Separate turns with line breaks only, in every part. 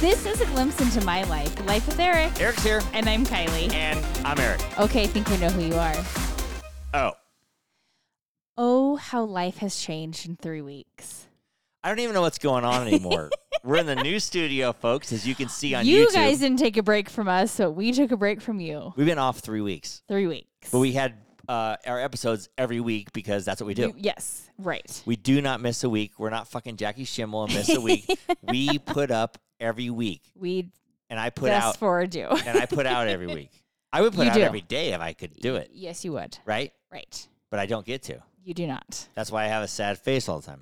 This is a glimpse into my life, Life with Eric.
Eric's here,
And I'm Kylie.
and I'm Eric.
Okay, I think we know who you are.
Oh,
Oh, how life has changed in three weeks.
I don't even know what's going on anymore. We're in the new studio, folks, as you can see on
you
YouTube.
guys didn't take a break from us, so we took a break from you.
We've been off three weeks,
Three weeks.
but we had uh, our episodes every week because that's what we do.
You- yes, right.
we do not miss a week. We're not fucking Jackie Schimmel and miss a week. we put up every week,
We
and I put
just
out
forward you.
and I put out every week. I would put
You
out
do.
every day if I could do it,
Yes, you would.
right?
Right.
But I don't get to.
You do not.
That's why I have a sad face all the time.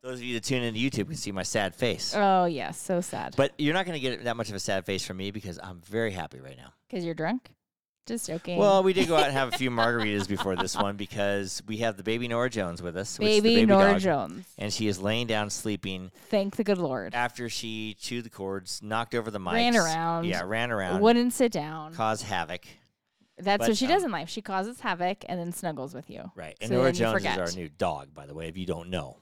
Those of you that tune into YouTube can see my sad face.
Oh, yes. So sad.
But you're not going to get that much of a sad face from me because I'm very happy right now.
Because you're drunk? Just joking.
Well, we did go out and have a few margaritas before this one because we have the baby Nora Jones with us, which is
baby,
the baby
Nora
dog,
Jones.
and she is laying down sleeping
Thank the good Lord.
after she chewed the cords, knocked over the mics,
Ran around.
yeah, ran around,
Wouldn't sit down.
caused havoc,
That's
But,
what she
um,
does in life. She causes havoc and then snuggles with you.
right? And
So
Nora
then you
Jones is
forget.
our new dog, by the way, if you don't know.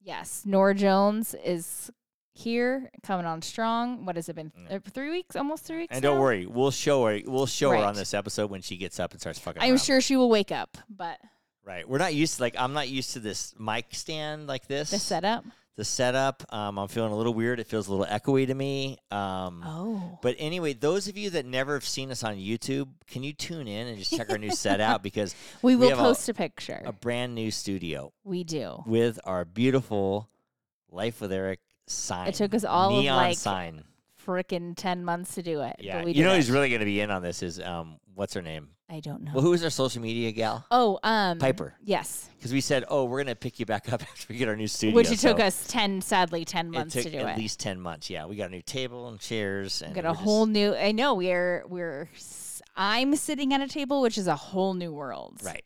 Yes, Nora Jones is here, coming on strong. What has it been?
Yeah.
uh, Three weeks, almost three weeks.
Mm. And don't
now?
worry, we'll show her. We'll show her
Right.
on this episode when she gets up and starts fucking.
I'm
around.
sure she will wake up, but
Right. We're not used to like I'm not used to this mic stand like this.
the setup.
The setup. Um, I'm feeling a little weird. It feels a little echoey to me. Um,
Oh,
But anyway, those of you that never have seen us on YouTube, can you tune in and just check our new set out because
we
we
will
have a-
post a, picture.
a brand new studio
we do.
with our beautiful Life with Eric sign.
took us all of,
neon
like,
sign.
Freaking ten months to do it.
Yeah.
but we
You know
did
who's
it.
really going to be in on this is um what's her name?
I don't know.
Well, who is our social media gal?
oh, um,
Piper.
Yes,
Because we said, oh, we're going to pick you back up after we get our new studio.
which it took
so-
us ten, sadly, ten months
it
to
took
do
at
it.
least 10 months yeah we got a new table and chairs and
Got
we're
a
just-
whole new. I know we're we're. s- I'm sitting at a table, which is a whole new world.
right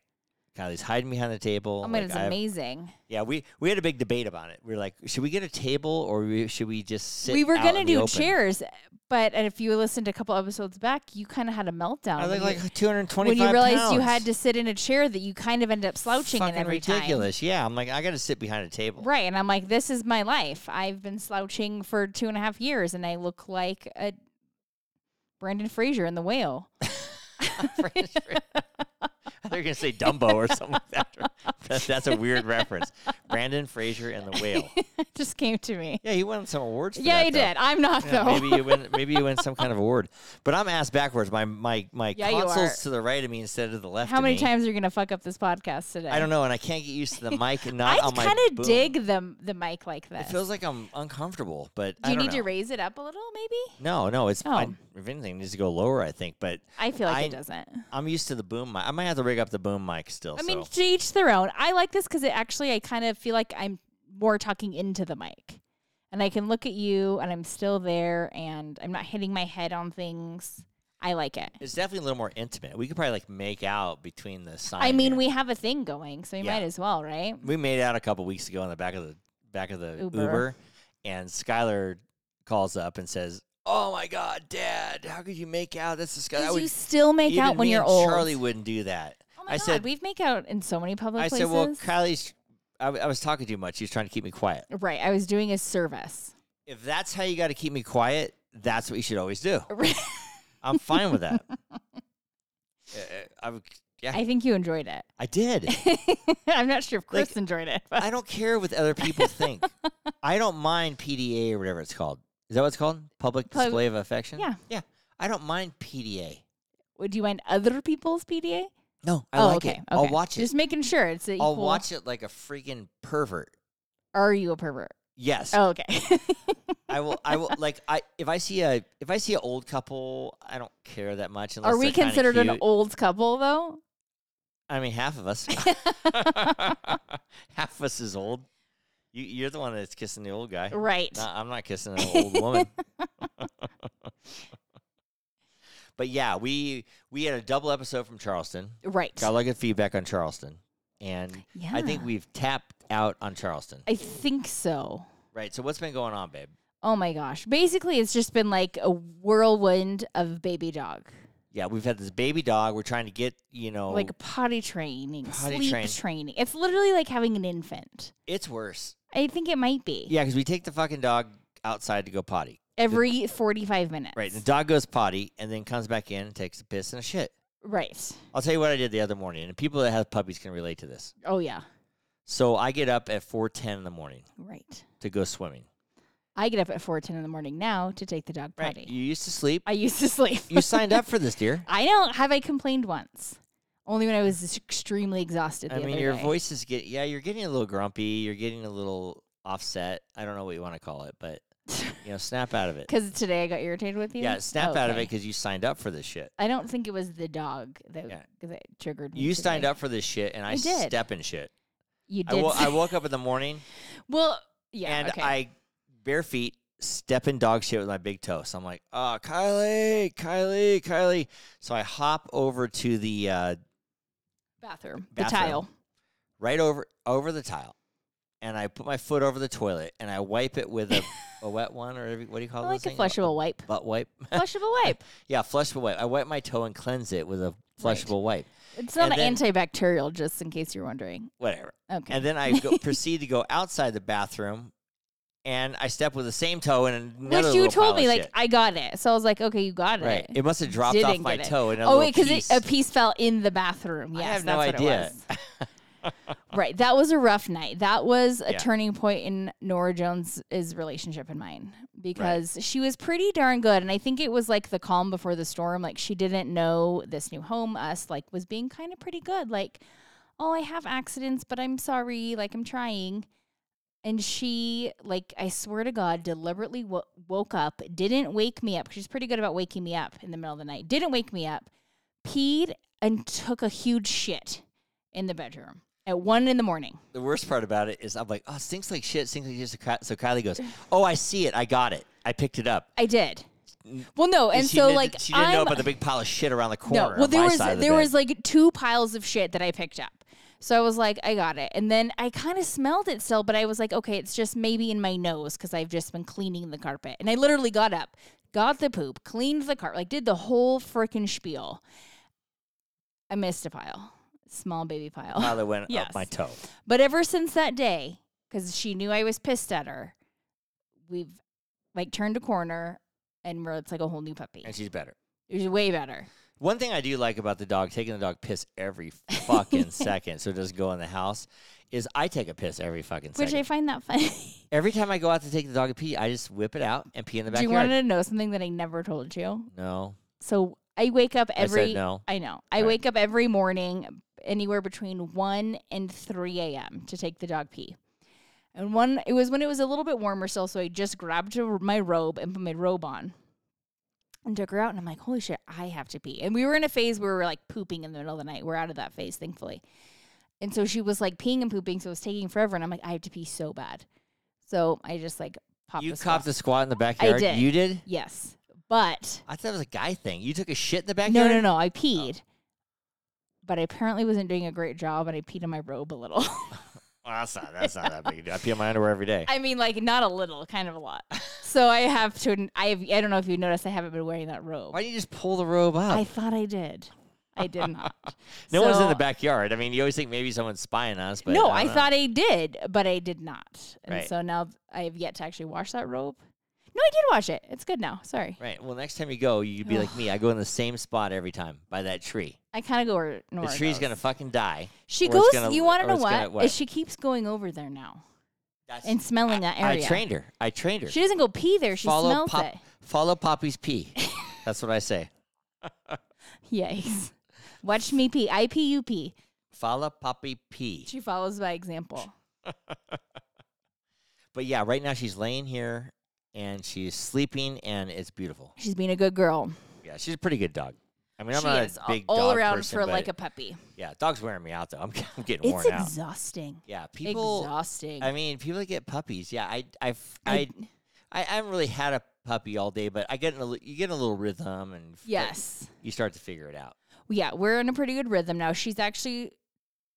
Kylie's hiding behind the table
Oh my
like,
god, it's
I have-
amazing.
yeah we we had a big debate about it we are like should we get a table or we, should we just sit
we were
out
gonna
in the
do
open?
chairs, but and if you listened a couple episodes back, you kind of had a meltdown
I
when
look
you,
like 225
when you realized you
pounds.
had to sit in a chair that you kind of end up slouching
Fucking
in every
ridiculous yeah I'm like I gotta sit behind a table
time. Right, and I'm like, this is my life. I've been slouching for two and a half years, and I look like a Brandon Fraser in The Whale.
They're gonna say Dumbo or something like that. That's- That's a weird reference. Brandon Fraser and the whale.
It just came to me.
Yeah, he won some awards. For
yeah,
that,
I
though.
did. I'm not
Yeah,
though.
maybe you win. Maybe you win some kind of award. But I'm ass backwards. My my my
Yeah, you are.
console's to the right of me instead of the left.
How
of
many
me.
times are you gonna fuck up this podcast today?
I don't know, and I can't get used to the mic and not
I
on my.
kind of
boom.
dig the the mic like this.
It feels like I'm uncomfortable, but
Do
I
you
don't
need to
know.
raise it up a little? Maybe.
No, no, it's I,
Oh.
if anything it needs to go lower. I think, but
I feel like
I-
it doesn't.
I'm used to the boom mic. I might have to rig up the boom mic still.
I mean,
so.
to each their own. I like this because it actually, I kind of feel like I'm more talking into the mic, and I can look at you, and I'm still there, and I'm not hitting my head on things. I like it.
it's definitely a little more intimate. We could probably like make out between the sign.
I mean,
here.
we have a thing going, so we might
Yeah.
as well, right?
we made out a couple weeks ago on the back of the back of the Uber,
Uber.
and Skylar calls up and says, "Oh my God, Dad, how could you make out? That's disgusting. I
Because
would-
you still make
even
out when
me
you're
and
old.
Charlie wouldn't do that."
oh my
I
god,
said,
we make out in so many public
"I
places.
said, well, Kylie's." I, w- I was talking too much. She was trying to keep me quiet.
right? I was doing a service.
If that's how you got to keep me quiet, that's what you should always do.
Right.
I'm fine with that. Uh, I, would- yeah, I,
I think you enjoyed it.
did.
I'm not sure if Chris
Like,
enjoyed it, but
I don't care what other people think. I don't mind PDA or whatever it's called. Is that what it's called? Public
Pub-
display of affection.
Yeah.
Yeah. I don't mind PDA.
would you mind other people's PDA?
No, I
oh,
like
okay,
it. I'll
okay.
watch it.
Just making sure it's a equal.
I'll watch it like a freaking pervert.
Are you a pervert?
Yes.
Oh, okay.
I will I will like I if I see a if I see an old couple, I don't care that much unless
Are we
they're kinda
considered an
cute.
old couple though?
I mean half of us. half of us is old. You you're the one that's kissing the old guy.
Right.
No, I'm not kissing an old woman. but yeah, we we had a double episode from Charleston.
Right.
Got a lot of good feedback on Charleston, and
Yeah.
I think we've tapped out on Charleston.
I think so.
Right. So what's been going on, babe?
Oh my gosh. Basically, it's just been like a whirlwind of baby dog,
Yeah, we've had this baby dog. We're trying to get you know,
like potty training,
Oh. Potty
sleep
train.
training. It's literally like having an infant.
it's worse.
I think it might be.
Yeah, because we take the fucking dog outside to go potty.
every 45 minutes.
Right. The dog goes potty and then comes back in and takes a piss and a shit.
Right.
I'll tell you what I did the other morning, and people that have puppies can relate to this.
Oh, yeah.
So I get up at four ten in the morning
Right.
to go swimming.
I get up at 4.10 in the morning now to take the dog
Right.
potty.
You used to sleep.
I used to sleep.
You signed up for this, dear.
I don't. Have I complained once? Only when I was just extremely exhausted. The
I mean,
other
your
day.
voice is getting yeah, you're getting a little grumpy. You're getting a little offset. I don't know what you want to call it, but you know, snap out of it.
Because today I got irritated with you.
Yeah, snap out of it
Okay.
because you signed up for this shit.
I don't think it was the dog that,
Yeah.
that triggered me.
You signed
today.
up for this shit, and I,
I did.
step in shit.
You
I,
did.
wo-
say-
I woke up in the morning
well, yeah.
and
okay.
I bare feet step in dog shit with my big toe. So I'm like, oh, Kylie, Kylie, Kylie. So I hop over to the uh,
bathroom, the
bathroom.
tile.
right over over the tile, and I put my foot over the toilet and I wipe it with a, a wet one or every, what do you
I
call it?
like a flushable wipe.
butt wipe.
flushable wipe.
yeah, flushable wipe. I wipe my toe and cleanse it with a flushable wipe.
It's not
And
an antibacterial, just in case you're wondering.
Whatever.
Okay.
And then I go, proceed to go outside the bathroom, and I step with the same toe in another.
Which you
little pile
told me,
of
like
shit.
I got it, so I was like, okay, you got
right?
it.
It must have dropped off
Didn't
my
get it.
toe in a
oh
little
wait, because
piece.
a piece fell in the bathroom.
I
Yes,
have no
that's what it
idea.
was. Right. That was a rough night. That was a
Yeah.
turning point in Nora Jones's relationship and mine because she was pretty darn good. And I think it was like the calm before the storm. Like she didn't know this new home, us, like was being kind of pretty good. Like, oh, I have accidents, but I'm sorry. Like I'm trying. And she, like, I swear to God, deliberately wo- woke up, didn't wake me up. 'cause She's pretty good about waking me up in the middle of the night. Didn't wake me up, peed, and took a huge shit in the bedroom at one in the morning.
the worst part about it is I'm like, oh, it stinks like shit, stinks like shit. So Ky- So Kylie goes, oh, I see it, I got it, I picked it up.
I did.
N-
Well, no, Oh, and
Mm. she
so
didn't-
like
she didn't
I'm,
know about the big pile of shit around the corner.
no. Well,
on
there
my
was
side of the
there
bed.
was like two piles of shit that I picked up. So I was like, I got it, and then I kind of smelled it still, but I was like, okay, it's just maybe in my nose because I've just been cleaning the carpet, and I literally got up, got the poop, cleaned the carpet, like did the whole freaking spiel. I missed a pile, small baby pile.
pile that went
Yes.
up my toe.
But ever since that day, because she knew I was pissed at her, we've like turned a corner and we're, it's like a whole new puppy.
and she's better.
It was way better.
One thing I do like about the dog taking the dog piss every fucking second, so it doesn't go in the house, is I take a piss every fucking
Which
second.
I find that funny.
every time I go out to take the dog a pee, I just whip it out and pee in the
Do you
backyard.
want to know something that I never told you?
no,
So I wake up every.
I said no.
I know. I
Right.
wake up every morning anywhere between 1 and 3 a.m. to take the dog pee. And one, it was when it was a little bit warmer still, so I just grabbed a- my robe and put my robe on and took her out. And I'm like, holy shit, I have to pee. And we were in a phase where we were like pooping in the middle of the night. We're out of that phase, thankfully. And so she was like peeing and pooping, so it was taking forever. And I'm like, I have to pee so bad. So I just like popped
you
the squat.
copped the squat in the backyard.
did.
You did.
Yes. But
I thought it was a guy thing. You took a shit in the
no,
backyard.
no, no, I peed. But I apparently wasn't doing a great job and I peed in my robe a little.
Well, that's not that's not that big. a deal. I pee in my underwear every day.
I mean, like not a little, kind of a lot. So I have to. adn- I have, I don't know if you noticed, I haven't been wearing that robe.
Why do not you just pull the robe up?
I thought I did. I did not.
no one's in the
So-
backyard. I mean, you always think maybe someone's spying us, but
no, I,
I, don't know.
thought I did, but I did not. And
Right.
so now th- I have yet to actually wash that robe. No, I did wash it. It's good now. Sorry.
Right. Well, next time you go, you'd be like me. I go in the same spot every time by that tree.
I kind of go where
The
Nora
tree's
goes.
gonna fucking die.
She
or it's
goes.
gonna-
you want
or
to know
it's gonna-
what?
what?
Is she keeps going over there now
That's,
and smelling that
I
area.
trained her. I trained her.
She doesn't go pee there. She
follow
smells
Pop-
it.
Follow Poppy's pee. That's what I say.
Yikes. Watch me pee. I pee, you pee.
Follow Poppy pee.
She follows by example.
But yeah, right now she's laying here and she's sleeping and it's beautiful.
She's being a good girl.
Yeah, she's a pretty good dog. I mean, I'm
she
not
is
a big
all
dog
around
person,
for
but
like a puppy.
yeah, dog's wearing me out though. I'm, I'm getting
It's
worn out.
exhausting.
Yeah, people.
exhausting.
I mean, people that get puppies. Yeah, I, I've,
I-
I, I, I haven't really had a puppy all day, but I get in a, li- you get in a little rhythm and f-
yes.
you start to figure it out.
Yeah, we're in a pretty good rhythm now. She's actually,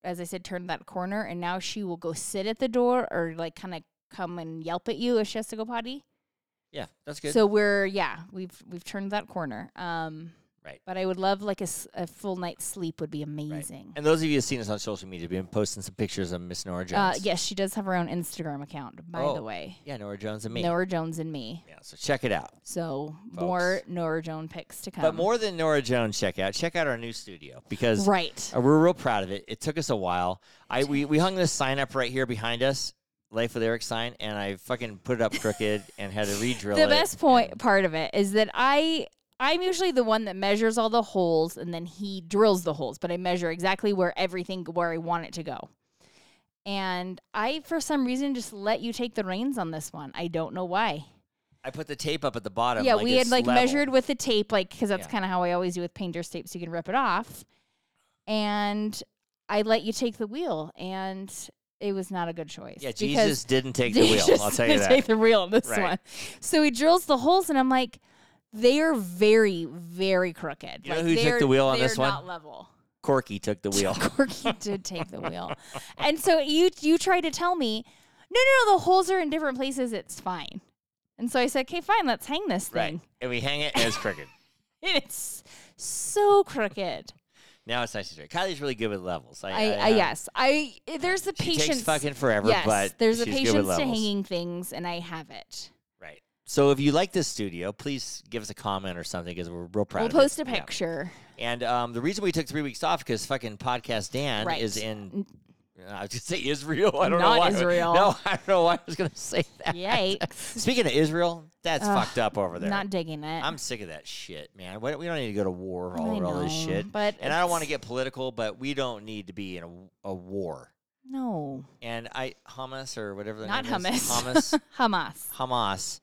as I said, turned that corner and now she will go sit at the door or like kind of come and yelp at you if she has to go potty.
Yeah, that's good.
So we're yeah, we've we've turned that corner. Um
Right.
But I would love like a, s- a full night's sleep would be amazing.
And those of you who've seen us on social media, we've been posting some pictures of Miss Nora
Uh,
Jones.
yes, she does have her own Instagram account, by
Oh,
the way.
Yeah, Nora Jones and me.
Nora Jones and me.
Yeah, so check it out.
So more Nora Jones picks to come.
But more than Nora Jones, check out check out our new studio because
right.
uh, we're real proud of it. It took us a while. I we, we hung this sign up right here behind us, Life with Eric sign, and I fucking put it up crooked and had to re-drill
the
it.
best point part of it is that I I'm usually the one that measures all the holes and then he drills the holes, but I measure exactly where everything where I want it to go. And I for some reason just let you take the reins on this one. I don't know why.
I put the tape up at the bottom.
yeah, we had
it's
like
level.
measured with the tape like cuz that's
Yeah.
kind of how I always do with painter's tape so you can rip it off. And I let you take the wheel and it was not a good choice.
Yeah,
because-
Jesus didn't take the wheel.
just
I'll tell you
gonna
that.
Take the wheel on this
Right.
one. So he drills the holes, and I'm like, they are very, very crooked.
You know
like,
who took
they're-
the wheel on
they're
this one?
Not level.
Corky took the wheel.
Corky did take the wheel, and so you you tried to tell me, no, no, no, the holes are in different places. It's fine. And so I said, okay, fine, let's hang this
right.
thing.
And we hang it and it's crooked.
And It's so crooked.
Now it's nice and straight. Kylie's really good with levels. I,
I, I,
I, uh,
yes, I there's the
She
patience.
takes fucking forever,
yes,
but
there's a
she's
patience
good with
to
levels.
hanging things, and I have it.
Right. So if you like this studio, please give us a comment or something because we're real proud.
we'll
of
post
it.
a
Yeah.
picture.
And um, the reason we took three weeks off because fucking podcast Dan
Right.
is in. I was gonna say Israel. I don't know
Not
why.
Israel.
No, I don't know why I was gonna say that.
Yikes.
Speaking of Israel, that's
Ugh,
fucked up over there.
Not digging it.
I'm sick of that shit, man. We don't, we don't need to go to war
I
all over all this
know,
shit.
But
And I don't want to
it's-
get political, but we don't need to be in a, a war.
no
And I Hamas or whatever the
Not
name is,
hummus.
Hamas
Hamas.
Hamas.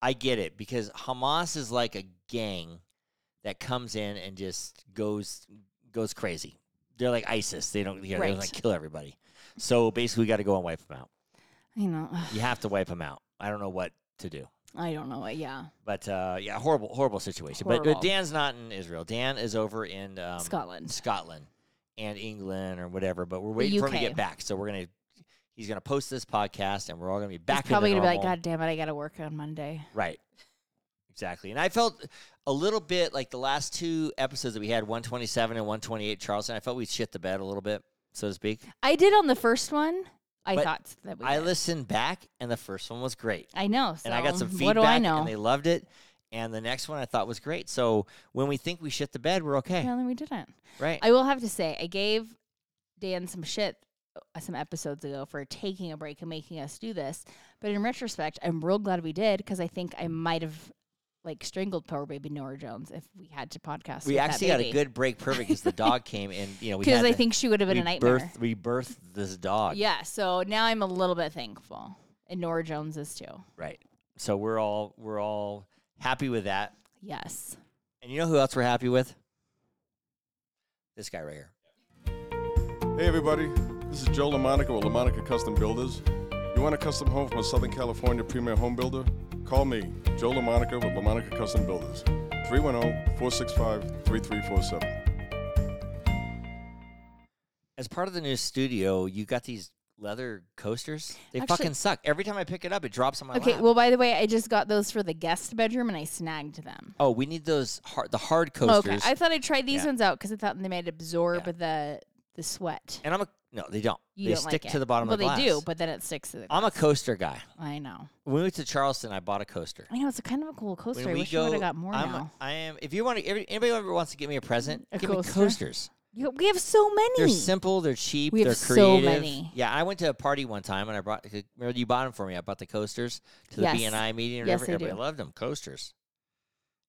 I get it because Hamas is like a gang that comes in and just goes goes crazy. They're like ISIS. They don't you know, they
Right.
like kill everybody. So basically, we got to go and wipe them out.
You know, ugh,
You have to wipe them out. I don't know what to do,
I don't know it. Yeah,
but uh, yeah, horrible, horrible situation. But,
Horrible.
but Dan's not in Israel. Dan is over in um,
Scotland.
Scotland and England or whatever. But we're waiting for him to
UK.
get back. So we're gonna he's gonna post this podcast, and we're all gonna be back.
He's probably
into
gonna be like,
normal.
God damn it, I gotta work on Monday.
Right. Exactly. And I felt a little bit like the last two episodes that we had, 127 and 128 Charleston, I felt we shit the bed a little bit, so to speak.
I did on the first one. I
But
thought that we.
I
did.
listened back and the first one was great.
I know. So
and I got some
What
feedback
do I know?
and they loved it. And the next one I thought was great. So when we think we shit the bed, we're okay.
Apparently, we didn't.
Right.
I will have to say, I gave Dan some shit uh, some episodes ago for taking a break and making us do this. But in retrospect, I'm real glad we did because I think I might have like strangled poor baby Nora Jones if we had to podcast.
we
with that
actually got a
baby.
good break perfect because the dog came and you know we
because
had
I
to-
think she would have been
we
a nightmare.
birthed- we birthed this dog.
Yeah, so now I'm a little bit thankful, and Nora Jones is too.
Right. So we're all we're all happy with that.
Yes,
And you know who else we're happy with? This guy right here.
Hey everybody, this is Joe LaMonica with LaMonica Custom Builders. You want a custom home from a Southern California premier home builder? Call me, Joe LaMonica with LaMonica Custom Builders, 310-465-3347.
As part of the new studio, you got these leather coasters. They
Actually-
fucking suck. Every time I pick it up, it drops on my
Okay.
lap.
Well, by the way, I just got those for the guest bedroom, and I snagged them.
oh, we need those hard, the hard
Okay,
coasters.
I thought I'd try these
Yeah.
ones out because I thought they might absorb the the sweat.
and I'm a no, they don't.
You
they
don't
stick
like
to
it.
the bottom
Well,
of the glass.
they do, but then it sticks to the.
I'm a coaster guy.
I know.
When we went to Charleston, I bought a coaster.
I know it's a kind of a cool coaster.
When
I
we
wish
go,
I would have got more
I'm a-
now.
I am. If you want to, every, anybody ever wants to give me a present,
A
give
coaster?
me coasters.
You- we have so many.
They're simple. They're cheap.
We have
they're
so
creative.
many.
Yeah, I went to a party one time and I brought. uh, Remember you bought them for me. I brought the coasters to the
Yes.
BNI meeting. Or
Yes,
whatever.
I
Everybody
do.
loved them coasters.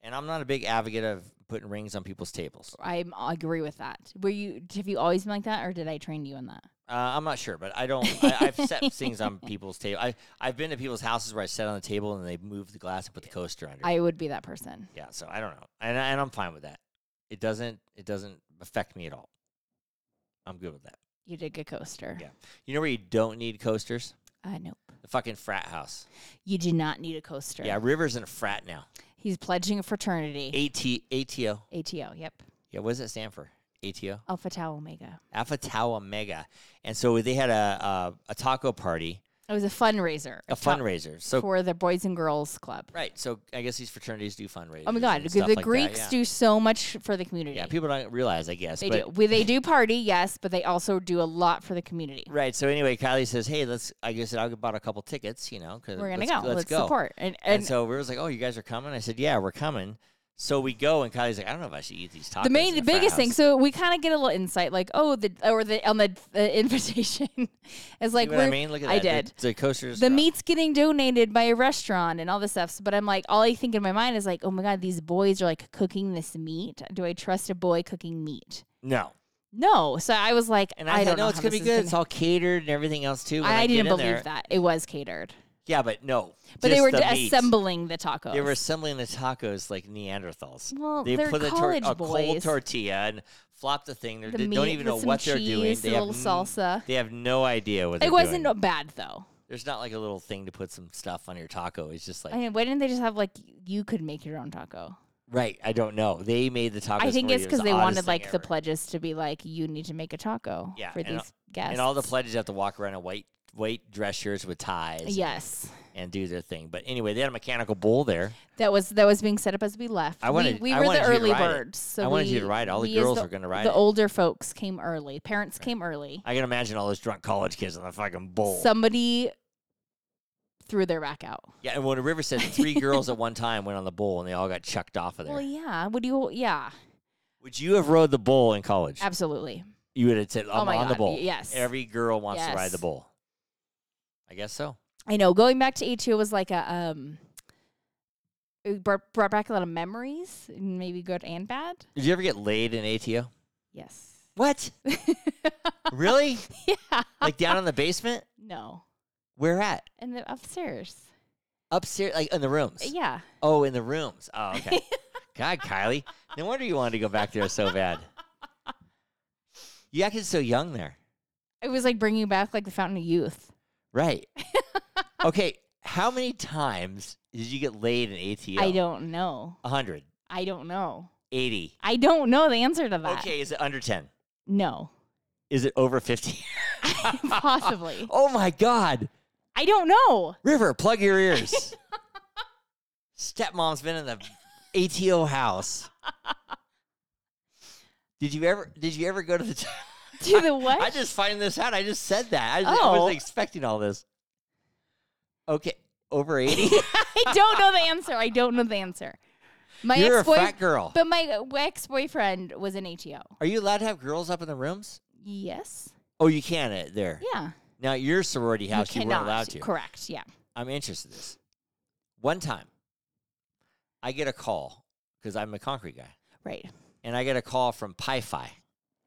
And I'm not a big advocate of putting rings on people's tables.
I'm- I agree with that. Were you? Have you always been like that, or did I train you in that?
Uh, I'm not sure, but I don't. I, I've set things on people's table. I I've been to people's houses where I sat on the table and they moved the glass and put the coaster under.
I would be that person.
yeah, so I don't know, and I- and I'm fine with that. It doesn't it doesn't affect me at all. I'm good with that.
You did get coaster.
Yeah. You know where you don't need coasters?
Uh, nope.
The fucking frat house.
You do not need a coaster.
Yeah, River's in a frat now.
He's pledging a fraternity.
AT, ATO.
ATO, yep.
Yeah, what does that stand for? ATO?
Alpha Tau Omega.
Alpha Tau Omega. And so they had a, a, a taco party
It was a fundraiser.
a
top-
fundraiser. So
for the Boys and Girls Club.
right, so I guess these fraternities do fundraisers.
Oh my God,
and
the
stuff like that,
Greeks
yeah.
do so much for the community.
Yeah, people don't realize, I guess.
they
but
do. We, they do party, yes, but they also do a lot for the community.
Right. So anyway, Kylie says, "Hey, let's." I guess I bought a couple tickets. You know, because
We're gonna
let's,
go.
Let's,
Let's
go.
support. And,
And,
and,
so we was like, "Oh, you guys are coming?" I said, "Yeah, we're coming." So we go, and Kylie's like, "I don't know if I should eat these tacos."
the main, the
in frat
biggest thing.
house."
So we kind of get a little insight, like oh, the or the on the, the invitation is
See
like
what I
we're-
mean, look at
I
that.
did.
the, the coasters.
the
uh,
meat's getting donated by a restaurant and all this stuff. But I'm like, all I think in my mind is like, oh my god, these boys are like cooking this meat. Do I trust a boy cooking meat?
No,
No. So I was like,
and I,
don't
thought,
know
no, it's
how
gonna
this
be
is
good.
gonna-
It's all catered and everything else too. When
I,
I,
didn't
get in
believe
there-
that it was catered,
Yeah, but no.
but they
just
were
the meat.
assembling the tacos.
They were assembling the tacos like Neanderthals.
well,
they
they're
put the tor-
college
a cold
boys.
tortilla and flop the thing. They're-
the
they
meat
don't even
with
know
some
what they're
cheese,
doing. They
a
have
little
n-
salsa.
They have no idea what they're
It wasn't
doing.
bad though.
There's not like a little thing to put some stuff on your taco. It's just like
I mean, why didn't they just have like you could make your own taco?
right. I don't know. They made the tacos.
I think
for you.
it's
It was
because
the
they
oddest
wanted
thing
like the
ever.
pledges to be like you need to make a taco
Yeah,
for
and
these
all-
guests
and all the pledges have to walk around in white white dress shirts with ties. and-
Yes,
and do their thing. But anyway, they had a mechanical bull there.
that was that was being set up as we left.
I wanted-
we, we
I
were
wanted
the
you to
early
ride it.
birds. So
I wanted you to
we-
ride. All the
we as
girls
the,
were gonna ride
The
it.
older folks came early. Parents came early.
I can imagine all those drunk college kids on the fucking bull.
Somebody threw their back out.
yeah, and when River said three girls at one time went on the bull and they all got chucked off of there.
Well, yeah. Would you? Yeah,
Would you have rode the bull in college?
absolutely.
You would have said,
Oh
I'm
my
on the
God,
bull.
y- yes.
Every girl wants to ride the
Yes.
bull. I guess so.
I know. Going back to A two was like a um. It brought, brought back a lot of memories, maybe good and bad.
Did you ever get laid in ATO?
Yes.
What? really?
yeah.
Like down in the basement?
No.
Where at?
And the upstairs.
Upstairs, like in the rooms.
Yeah.
Oh, in the rooms. Oh, okay. God, Kylie. No wonder you wanted to go back there so bad. You acted so young there.
It was like bringing back like the fountain of youth.
Right. Okay. How many times did you get laid in ATL?
I don't know.
100,
I don't know.
80.
I don't know the answer to that.
Okay. Is it under 10?
No.
Is it over 50?
Possibly.
oh my God.
I don't know.
River, plug your ears. Stepmom's been in the ATO house. Did you ever? Did you ever go to the? T-
To the what?
I just find this out. I just said that. I, just, I
Oh.
wasn't expecting all this. Okay, over eighty.
I don't know the answer. I don't know the answer. My
You're a
ex-boy-
fat girl.
But my ex-boyfriend was an ATO.
Are you allowed to have girls up in the rooms?
Yes.
Oh, you can uh, there.
Yeah.
Now your sorority house, you, weren't allowed to.
Correct. Yeah.
I'm interested in this. One time, I get a call because I'm a concrete guy,
Right.
and I get a call from Pi Phi,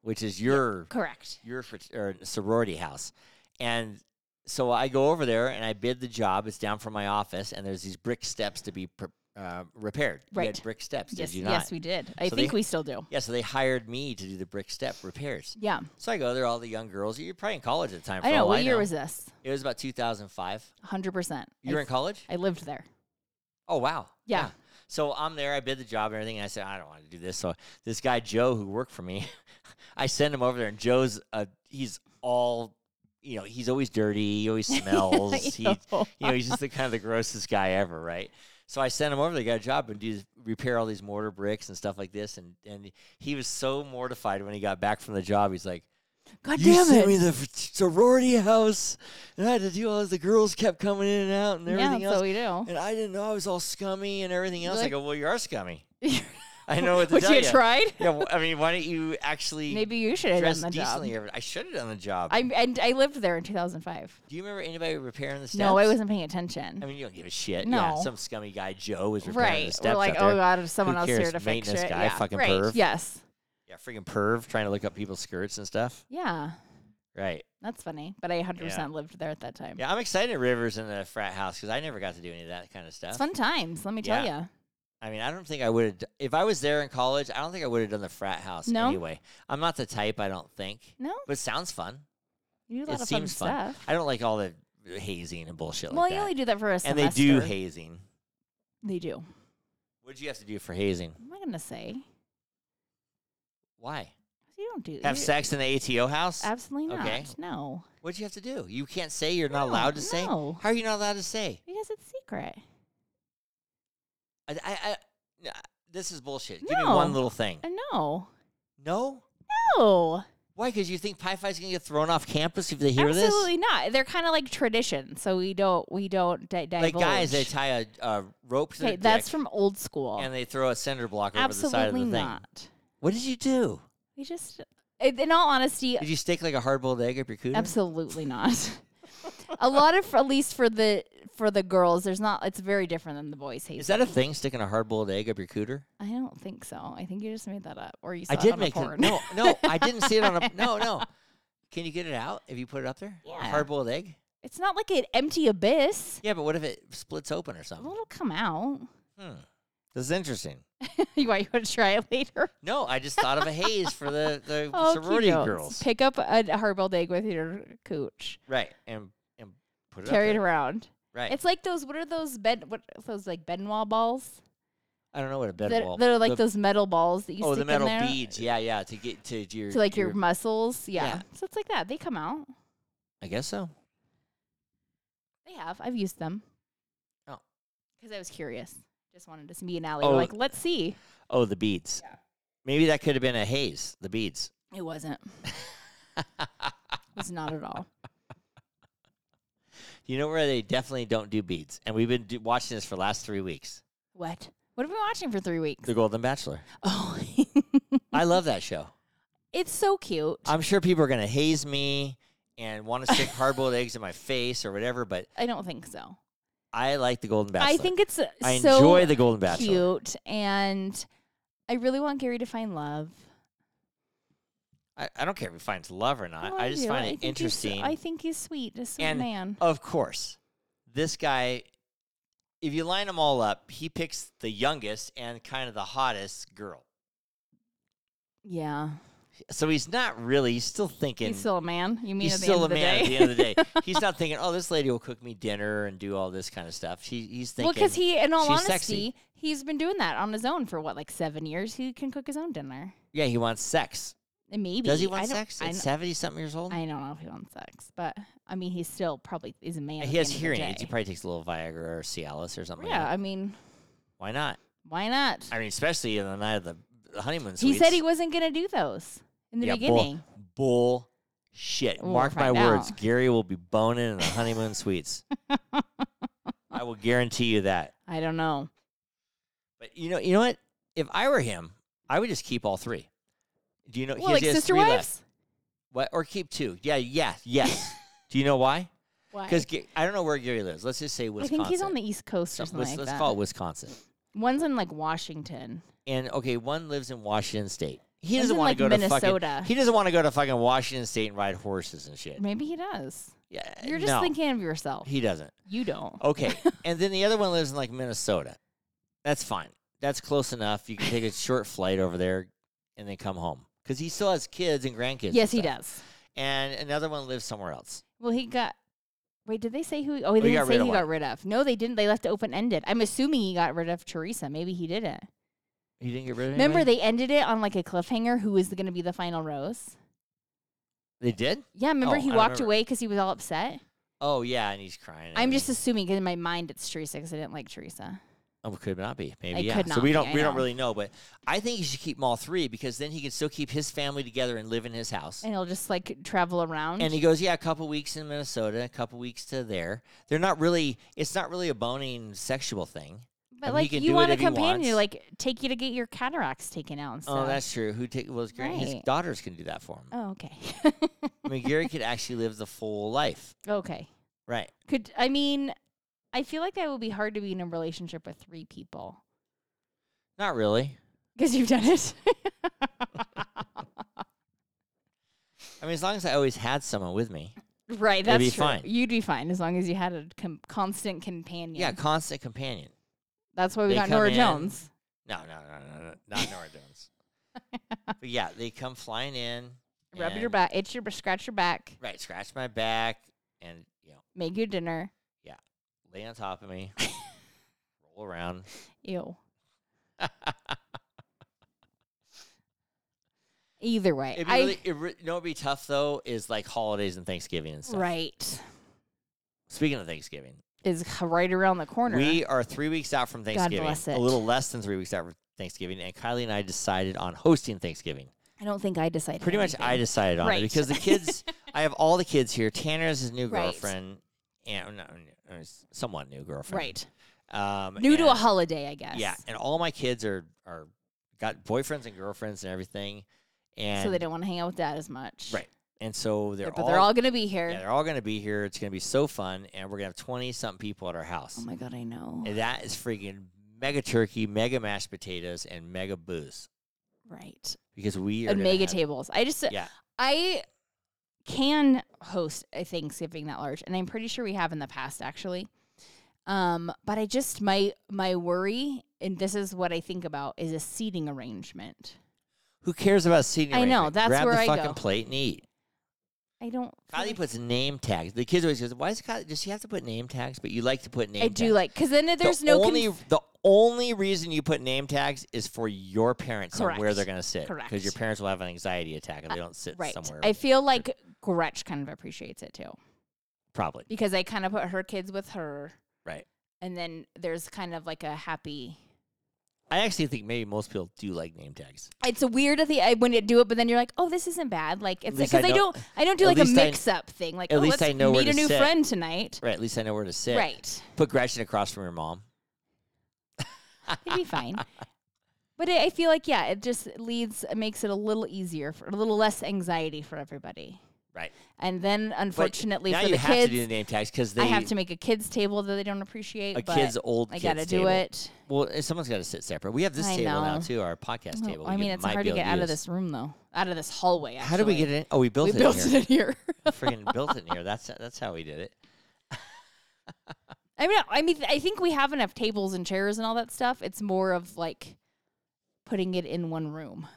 which is your
Correct.
your frat- or sorority house. And so I go over there and I bid the job. It's down from my office, and there's these brick steps to be pr- uh, repaired. We had
Right.
brick steps,
Yes.
did you not?
Yes, we did. I
So they-
think we still do.
yeah, so they hired me to do the brick step repairs.
Yeah.
So I go there, all the young girls. You're probably in college at the time. For
I know.
all
What
I
year
know.
was this?
It was about 2005.
100%.
You were
I,
in college?
I lived there.
Oh wow.
Yeah.
So I'm there, I bid the job and everything, and I said, I don't want to do this. So this guy Joe who worked for me, I send him over there and Joe's uh he's all you know, he's always dirty, he always smells. he you
Ew.
know, he's just the kind of the grossest guy ever, right? So I sent him over there, got a job and do repair all these mortar bricks and stuff like this and and he was so mortified when he got back from the job. He's like,
God
you
damn
sent me
it.
the f- sorority house, and I had to do all this. The girls kept coming in and out, and everything
yeah,
else.
so we do.
And I didn't know I was all scummy and everything else. I
like-
go, well, you are scummy. I know what to
Would
tell
you
you.
have tried?
Yeah, well, I mean, why don't you actually
Maybe you should have
dress
done the job.
decently? Job. I should have done the job.
I and I lived there in 2005.
Do you remember anybody repairing the steps?
No, I wasn't paying attention.
I mean, you don't give a shit. Yeah,
No.
some scummy guy Joe was repairing the
right?
steps
We're like,
out
oh
there.
god, if someone
Who
else
cares?
here to fix
Maintenance
it.
guy,
yeah,
fucking
right.
perv.
Yes.
Yeah, freaking perv trying to look up people's skirts and stuff.
Yeah.
Right.
That's funny, but I 100 percent lived there at that time.
Yeah, I'm excited at Rivers in the frat house because I never got to do any of that kind of stuff.
It's fun times. Let me tell
Yeah.
you.
I mean, I don't think I would have. If I was there in college, I don't think I would have done the frat house
No?
anyway. I'm not the type. I don't think.
No,
But it sounds fun.
you do a
It
lot of fun
seems fun.
stuff.
I don't like all the hazing and bullshit
well,
like
you
that.
only do that for a
and
semester.
they do hazing.
They do.
What did you have to do for hazing?
What am I gonna say?
Why
You don't do.
have
you-
sex in the ATO house?
Absolutely not.
Okay.
No.
What'd you have to do? You can't say you're not allowed to say. How
no.
are you not allowed to say?
because it's secret.
I, I, I n- this is bullshit. Give me one
No.
little thing.
Uh, No.
No.
No.
Why? Because you think Pi Phi's gonna get thrown off campus if they hear
Absolutely not. They're kind of like tradition, so we don't we don't di-
this?
divulge.
Like guys, they tie a, a rope to
okay,
their
that's
dick
from old school.
and they throw a cinder block over the side of the
Absolutely
thing.
not.
What did you do?
We just, in in all honesty,
Did you stick like a hard boiled egg up your cooter?
Absolutely not. a lot of, at least for the for the girls, there's not. It's very different than the boys. Hazel.
Is that a thing? Sticking a hard boiled egg up your cooter?
I don't think so. I think you just made that up, or you saw
I
it
did
on
make
a
the-
porn.
no, no. I didn't see it on a no, no. Can you get it out if you put it up there?
Yeah.
Hard boiled egg.
it's not like an empty abyss.
Yeah, but what if it splits open or
Well,
something?
it'll come out.
Hmm. This is interesting.
you want you want to try it later?
No, I just thought of a haze for the, the
Okey
sorority
dokes.
girls.
Pick up Oh, a a hard-boiled egg with your cooch.
Right. And and put it
Carry
up
it
there.
around.
Right.
It's like those. What are those bed? What are those like Benoit balls?
I don't know what a bed
that,
wall.
that are like
the,
those metal balls that you
Oh,
stick
the metal
in there
beads. Yeah, yeah. To get to your
to like your,
your
muscles.
Yeah.
yeah. So it's like that. They come out.
I guess so.
They have. I've used them.
Oh.
Because I was curious. Just wanted to see me and Allie.
Oh.
We're like, let's see.
Oh, the beads. Maybe that could have been a haze, the beads.
It wasn't. it was not at all.
You know where they definitely don't do beads, and we've been do- watching this for the last three weeks.
What? What have we been watching for three weeks?
The Golden Bachelor.
Oh,
I love that show.
it's so cute.
I'm sure people are gonna haze me and want to stick hard-boiled eggs in my face or whatever, but
I don't think so.
I like the Golden Bachelor.
I think it's uh,
I
so
enjoy the Golden Bachelor.
cute, and I really want Gary to find love.
I, I don't care if he finds love or not.
Oh,
I, just
do.
find
I
it
think he's-
interesting.
I think he's sweet, a sweet
And-
man.
Of course, this guy. If you line them all up, he picks the youngest and kind of the hottest girl.
Yeah,
So he's not really. He's still thinking.
he's still a man. You mean
he's
at the end
still a
of the
man
day?
at the end of the day. he's not thinking. Oh, this lady will cook me dinner and do all this kind of stuff. She, he's thinking.
Well, because he, in all
"She's
honesty,
sexy."
he's been doing that on his own for what, like seven years. He can cook his own dinner.
yeah, he wants sex.
And Maybe
Does he
I
want
don't-
sex?
I
At
don't-
seventy something years old,
I don't know if he wants sex, but I mean, he's still probably is a man. at
he
the
has
end of the
hearing aids.
day.
He probably takes a little Viagra or Cialis or something. like
yeah,
that.
I mean,
why not?
why not?
I mean, especially in the night of the the honeymoon.
he said
suites.
he wasn't gonna do those in the
Yeah, bull-
beginning.
Bull shit.
We'll
Mark my
find
words,
out.
Gary will be boning in the honeymoon suites. I will guarantee you that.
I don't know.
But you know, you know what? If I were him, I would just keep all three. Do you know?
Well,
he
like
has
sister
three left.
wives.
What? Or keep two? Yeah, yeah, yes. Do you know why?
Why?
Because I don't know where Gary lives. Let's just say
I
Wisconsin.
think he's on the East Coast or
Let's,
something like
let's
that.
call it Wisconsin.
One's in like Washington.
And okay, one lives in Washington State. He
One's
doesn't
in,
want
like,
to go to
Minnesota.
fucking. He doesn't want to go to fucking Washington State and ride horses and shit.
Maybe he does.
Yeah,
You're just
Uh, no,
thinking of yourself.
He Oh, doesn't.
you don't.
Okay. and then the other one lives in like Minnesota. That's fine. That's close enough. You can take a short flight over there and then come home. Because he still has kids and grandkids. and
yes, he
stuff.
does.
And another one lives somewhere else.
Well, he got. Wait, did they say who? Oh, they
he
didn't
got
say
rid of
he
one.
got rid of. No, they didn't. They left it open ended. I'm assuming he got rid of Teresa. Maybe he didn't.
He didn't get rid of
Remember,
anybody?
they ended it on like a cliffhanger. Who is going to be the final rose?
They did?
Yeah, remember
Oh,
he
I
walked
remember.
away because he was all upset.
Oh, yeah. And he's crying. and
I'm just
everything.
assuming 'cause in my mind it's Teresa because I didn't like Teresa.
Oh, could not be. Maybe.
It
yeah.
could
so
not
we
be,
don't,
I
we don't
know.
really know. But I think he should keep them all three because then he can still keep his family together and live in his house.
And he'll just like travel around.
And he goes, yeah, a couple weeks in Minnesota, a couple weeks to there. They're not really. It's not really a boning sexual thing.
but
and he
like,
can
you
do
want a
whatever he
companion to
wants.
like take you to get your cataracts taken out and stuff.
Oh, that's true. Who take? Well, his, grand- his
Right.
daughters can do that for him.
Oh, okay.
I mean, Gary could actually live the full life.
okay.
Right.
Could I mean, I feel like that would be hard to be in a relationship with three people
Not really.
because you've done it.
I mean, as long as I always had someone with me.
Right,
It'd
that's
be
true.
fine.
You'd be fine as long as you had a com- constant companion.
Yeah, constant companion.
that's why we
they
got
come
Nora
in.
Jones.
No, no, no, no, no not Nora Jones. but yeah, they come flying in.
Rub your
and-
back, itch your, b- scratch your back,
Right. Scratch my back and you know
make your dinner.
lay on top of me, roll around.
Ew. Either way,
It'd be
I
really, it re- you know what'd be tough though is like holidays and Thanksgiving and stuff.
right
Speaking of Thanksgiving,
is right around the corner.
we are three weeks out from Thanksgiving.
bless
A
it.
little less than three weeks out from Thanksgiving, and Kylie and I decided on hosting Thanksgiving.
I don't think I decided.
Pretty much, I
anything.
decided on
Oh Right.
it because the kids. I have all the kids here. Tanner is his new
Right.
girlfriend, and no, no, no, somewhat new girlfriend.
right
Um,
new to a
and-
holiday, I guess.
Yeah, and all my kids are are got boyfriends and girlfriends and everything, and
so they don't want to hang out with dad as much.
Right. And so they're
They're- but
all,
they're all going to be here.
yeah, they're all going to be here. It's going to be so fun, and we're going to have twenty something people at our house.
oh my god, I know.
and that is freaking mega turkey, mega mashed potatoes, and mega booze
right.
because we are
And
gonna
mega
have-
tables. I just
Yeah,
I can host a Thanksgiving that large, and I'm pretty sure we have in the past actually. Um, but I just my my worry, and this is what I think about, is a seating arrangement.
who cares about seating?
I know,
arrangement?
that's
Grab
where
the
I
fucking
go.
plate and eat.
I don't. feel
Kylie
like-
puts name tags. The kids always goes, "Why is Kylie? Does she have to put name tags?" But you like to put name.
I
tags.
do like because then
The
there's no
only
conf-
the only reason you put name tags is for your parents on where
Correct.
they're going to sit because your
Correct. Uh,
parents will have an anxiety attack if they don't sit
right.
somewhere.
I feel like Gretch kind of appreciates it too
probably
because I kind of put her kids with her,
right.
and then there's kind of like a happy.
I actually think maybe most people do like name tags.
It's a weird at the I when you do it, but then you're like, oh, this isn't bad. Like it's
At least
because
I
I
know-
don't I don't do
at
like a
least I-
mix up thing. Like
at
oh,
least
let's
I know where
meet a
to
new
sit.
friend tonight.
Right. At least I know where to sit.
Right,
Put Gretchen across from your mom.
it'd be fine. But it, I feel like yeah, it just leads it makes it a little easier for a little less anxiety for everybody.
Right.
And then
But
unfortunately
now
for
you
the
have
kids,
to do the name tags because they
I have to make a kids table that they don't appreciate.
a
but
kid's old.
I
kids
gotta do
table.
it.
Well, and someone's got to sit separate. We have this
I
table now
know.
too, our podcast
Well,
table.
I
we
mean,
could-
it's
might
hard
be
to
able
get out of
use.
this room though, out of this hallway. Actually.
How do we get it in? Oh, we built
We
it. in
built
here.
it in here.
Friggin' built it in here. That's that's how we did it.
I mean, I mean, I think we have enough tables and chairs and all that stuff. It's more of like putting it in one room.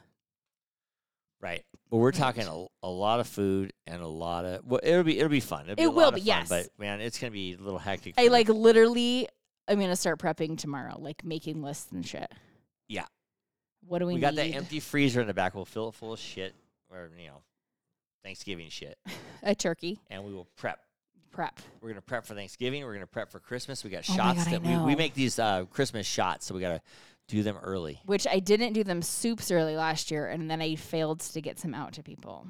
Right. But we're
Right.
talking a, a lot of food and a lot of well, it'll be it'll be fun. It'll be
It
a
will
lot
be,
of
yes.
Fun, but man, it's gonna be a little hectic.
I
for the-
like literally. I'm gonna start prepping tomorrow, like making lists and shit.
Yeah.
What do we?
we got that
need?
empty freezer in the back. We'll fill it full of shit or you know Thanksgiving shit,
A turkey
and we will prep.
prep.
We're gonna prep for Thanksgiving. We're gonna prep for Christmas. We got
Oh my
shots
God, I
that we, we
know.
make these uh, Christmas shots, so we gotta do them early.
Which I didn't do them soups early last year, and then I failed to get some out to people.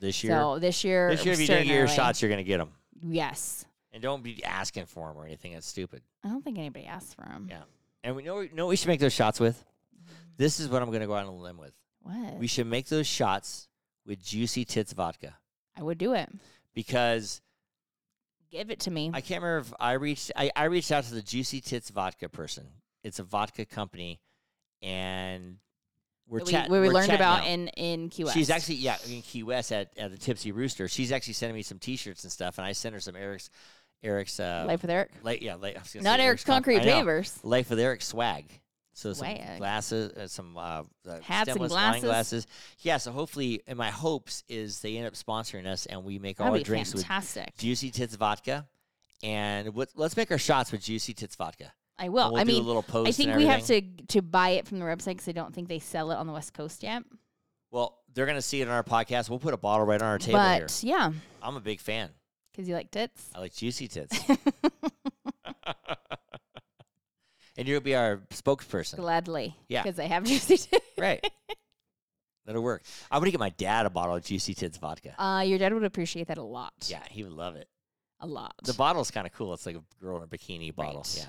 This year,
So this year,
this year, if
we're
you didn't
starting
get your
early.
shots, you're gonna get them.
yes.
And don't be asking for them or anything. That's stupid.
I don't think anybody asked for them.
Yeah. And we know we know what we should make those shots with. This is what I'm gonna go out on a limb with.
What?
We should make those shots with juicy tits vodka
I would do it.
because
Give it to me.
I can't remember if I reached I, I reached out to the juicy tits vodka person. It's a vodka company, and we're
That
chat-
we, we
we're
learned
chatting
about
now.
in in Key West.
She's actually yeah in Key West at, at the Tipsy Rooster. She's actually sending me some T-shirts and stuff, and I sent her some Eric's Eric's uh,
life with Eric.
li- yeah li- I was gonna
Not
say
Eric's concrete
I know.
pavers.
Life with Eric swag. So some
Swag.
glasses, uh, some uh, uh,
Hats and
stemless wine
glasses.
glasses. Yeah. So hopefully, and my hopes is they end up sponsoring us, and we make all
That'd
our
be
drinks
fantastic.
with Juicy Tits vodka, and what, let's make our shots with Juicy Tits vodka.
I
and
will.
we'll
I
do
mean,
a little post.
I
and
think we have
everything.
to to buy it from the website because I don't think they sell it on the West Coast yet.
Well, they're gonna see it on our podcast. We'll put a bottle right on our table here.
but yeah,
I'm a big fan.
because you like tits.
I like Juicy Tits, and you'll be our spokesperson.
Gladly.
Yeah.
Because I have juicy tits.
Right. That'll work. I'm gonna get my dad a bottle of Juicy Tits vodka.
Uh, your dad would appreciate that a lot.
Yeah, he would love it.
A lot.
The bottle's kind of cool. It's like a girl in a bikini bottle.
Right.
Yeah.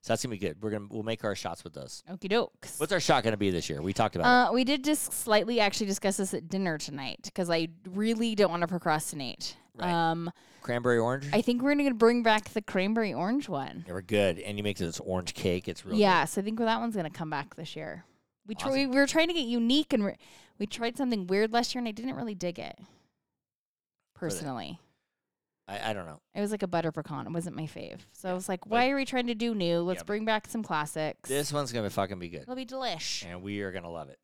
So that's gonna be good. We're gonna we'll make our shots with those.
Okie dokes.
What's our shot gonna be this year? We talked about it.
Uh, we did just slightly actually discuss this at dinner tonight because I really don't want to procrastinate.
Right.
Um,
Cranberry orange.
I think we're going to bring back the cranberry orange one.
they were good, and you make this orange cake. It's really
yeah, so I think that one's going to come back this year. We, tr- we, we were trying to get unique and re- we tried something weird last year and I didn't really dig it personally.
Good. I, I don't know.
It was like a butter pecan. It wasn't my fave. So I was like, why are we trying to do new? Let's
Yeah, but
bring back some classics.
This one's gonna fucking be good,
It'll be delish.
and we are gonna love it.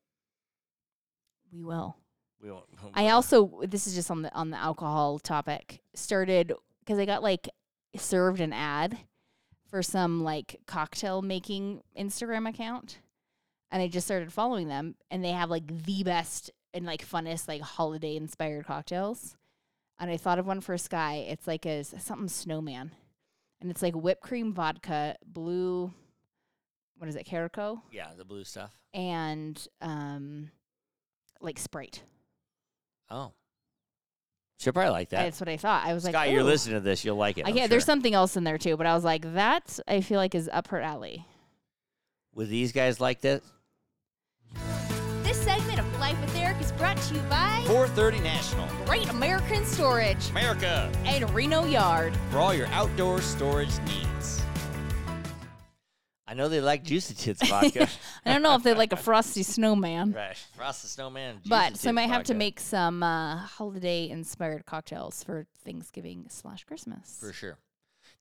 We will.
We won't.
I also this is just on the on the alcohol topic. Started because I got like served an ad for some like cocktail making Instagram account, and I just started following them, and they have like the best and like funnest like holiday inspired cocktails. And I thought of one for Sky. It's like a s- something snowman, and it's like whipped cream vodka, blue, what is it, Carico,
Yeah, the blue stuff.
and um, like Sprite.
Oh, she'll probably like that.
That's what I thought. I was
Scott,
like,
you're
"Ooh."
listening to this. You'll like it.
I
I'm
can't. There's
sure.
something else in there too, but I was like, that I feel like is up her alley.
Would these guys like this?
This segment of Life with Eric is brought to you by
430 National.
Great American Storage
America.
and Reno Yard.
for all your outdoor storage needs. I know they like Juicy Tits vodka.
I don't know if they like a frosty snowman,
right. Frost the Snowman. and
but
Juicy
so I
Tits
might have to
vodka.
make some uh, holiday-inspired cocktails for Thanksgiving slash Christmas.
For sure.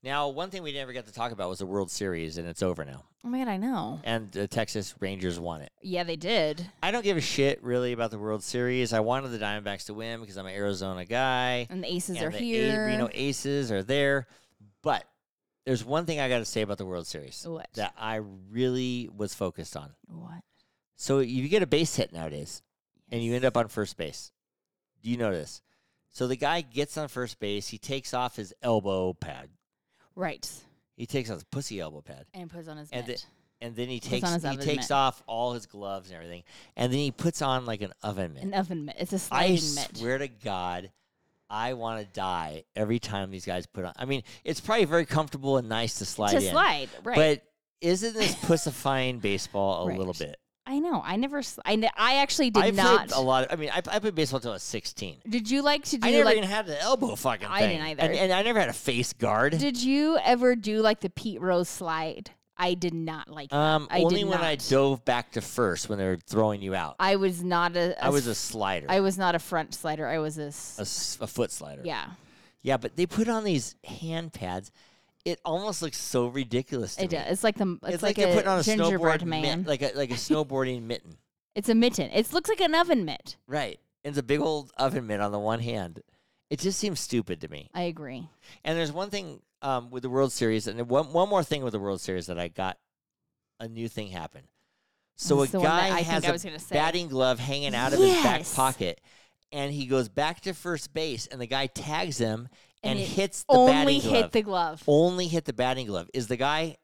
Now, one thing we never got to talk about was the World Series, and it's over now.
Oh man, I know.
And the Texas Rangers won it.
Yeah, they did,
I don't give a shit really about the World Series. I wanted the Diamondbacks to win because I'm an Arizona guy.
and the Aces
and
are
the A-
here.
Reno Aces are there. But there's one thing I got to say about the World Series
What?
that I really was focused on.
what?
So you get a base hit nowadays, and you end up on first base. Do you know this? So the guy gets on first base. He takes off his elbow pad.
Right,
He takes off his pussy elbow pad,
and puts on his
And the-
mitt.
and then he
Puts on
takes
his
he
oven
takes
mitt.
off all his gloves and everything, and then he puts on like an oven mitt.
an oven mitt. It's a
I
sliding mitt.
swear to God, I want to die every time these guys put on. I mean, it's probably very comfortable and nice to slide
To
in,
slide, right?
but isn't this pussifying baseball a little
Right.
bit?
I know. I never. Sl- I, ne- I actually did
I
not.
played a lot. Of, I mean, I, I played baseball until I was sixteen.
Did you like to do
I never
like?
even had the elbow fucking
I
thing.
didn't either.
And, and I never had a face guard.
did you ever do like the Pete Rose slide? I did not like. that.
um,
I
only
did
when I
not.
dove back to first when they were throwing you out. I,
I was not a. a
was a
s-
slider,
I
a
was not a front slider. I was a. s-
s a a foot slider.
yeah,
yeah, but they put on these hand pads. It almost looks so ridiculous. To
it
me.
does. It's like the. It's,
It's,
like,
like, they're
a
putting on a
gingerbread
snowboard
man.
mitt, like a like a snowboarding mitten,
it's a mitten. It looks like an oven mitt.
right? And it's a big old oven mitt on the one hand. It just seems stupid to me.
I agree.
And there's one thing um, with the World Series, and then one one more thing with the World Series that I got a new thing happen. So
This is
a
the one that I
guy
think
has
I
a
was gonna say.
batting glove hanging out of his back
Yes.
pocket, and he goes back to first base, and the guy tags him
And
and,
it
hits the
Only
batting glove.
hit the glove.
only hit the batting glove. Is the guy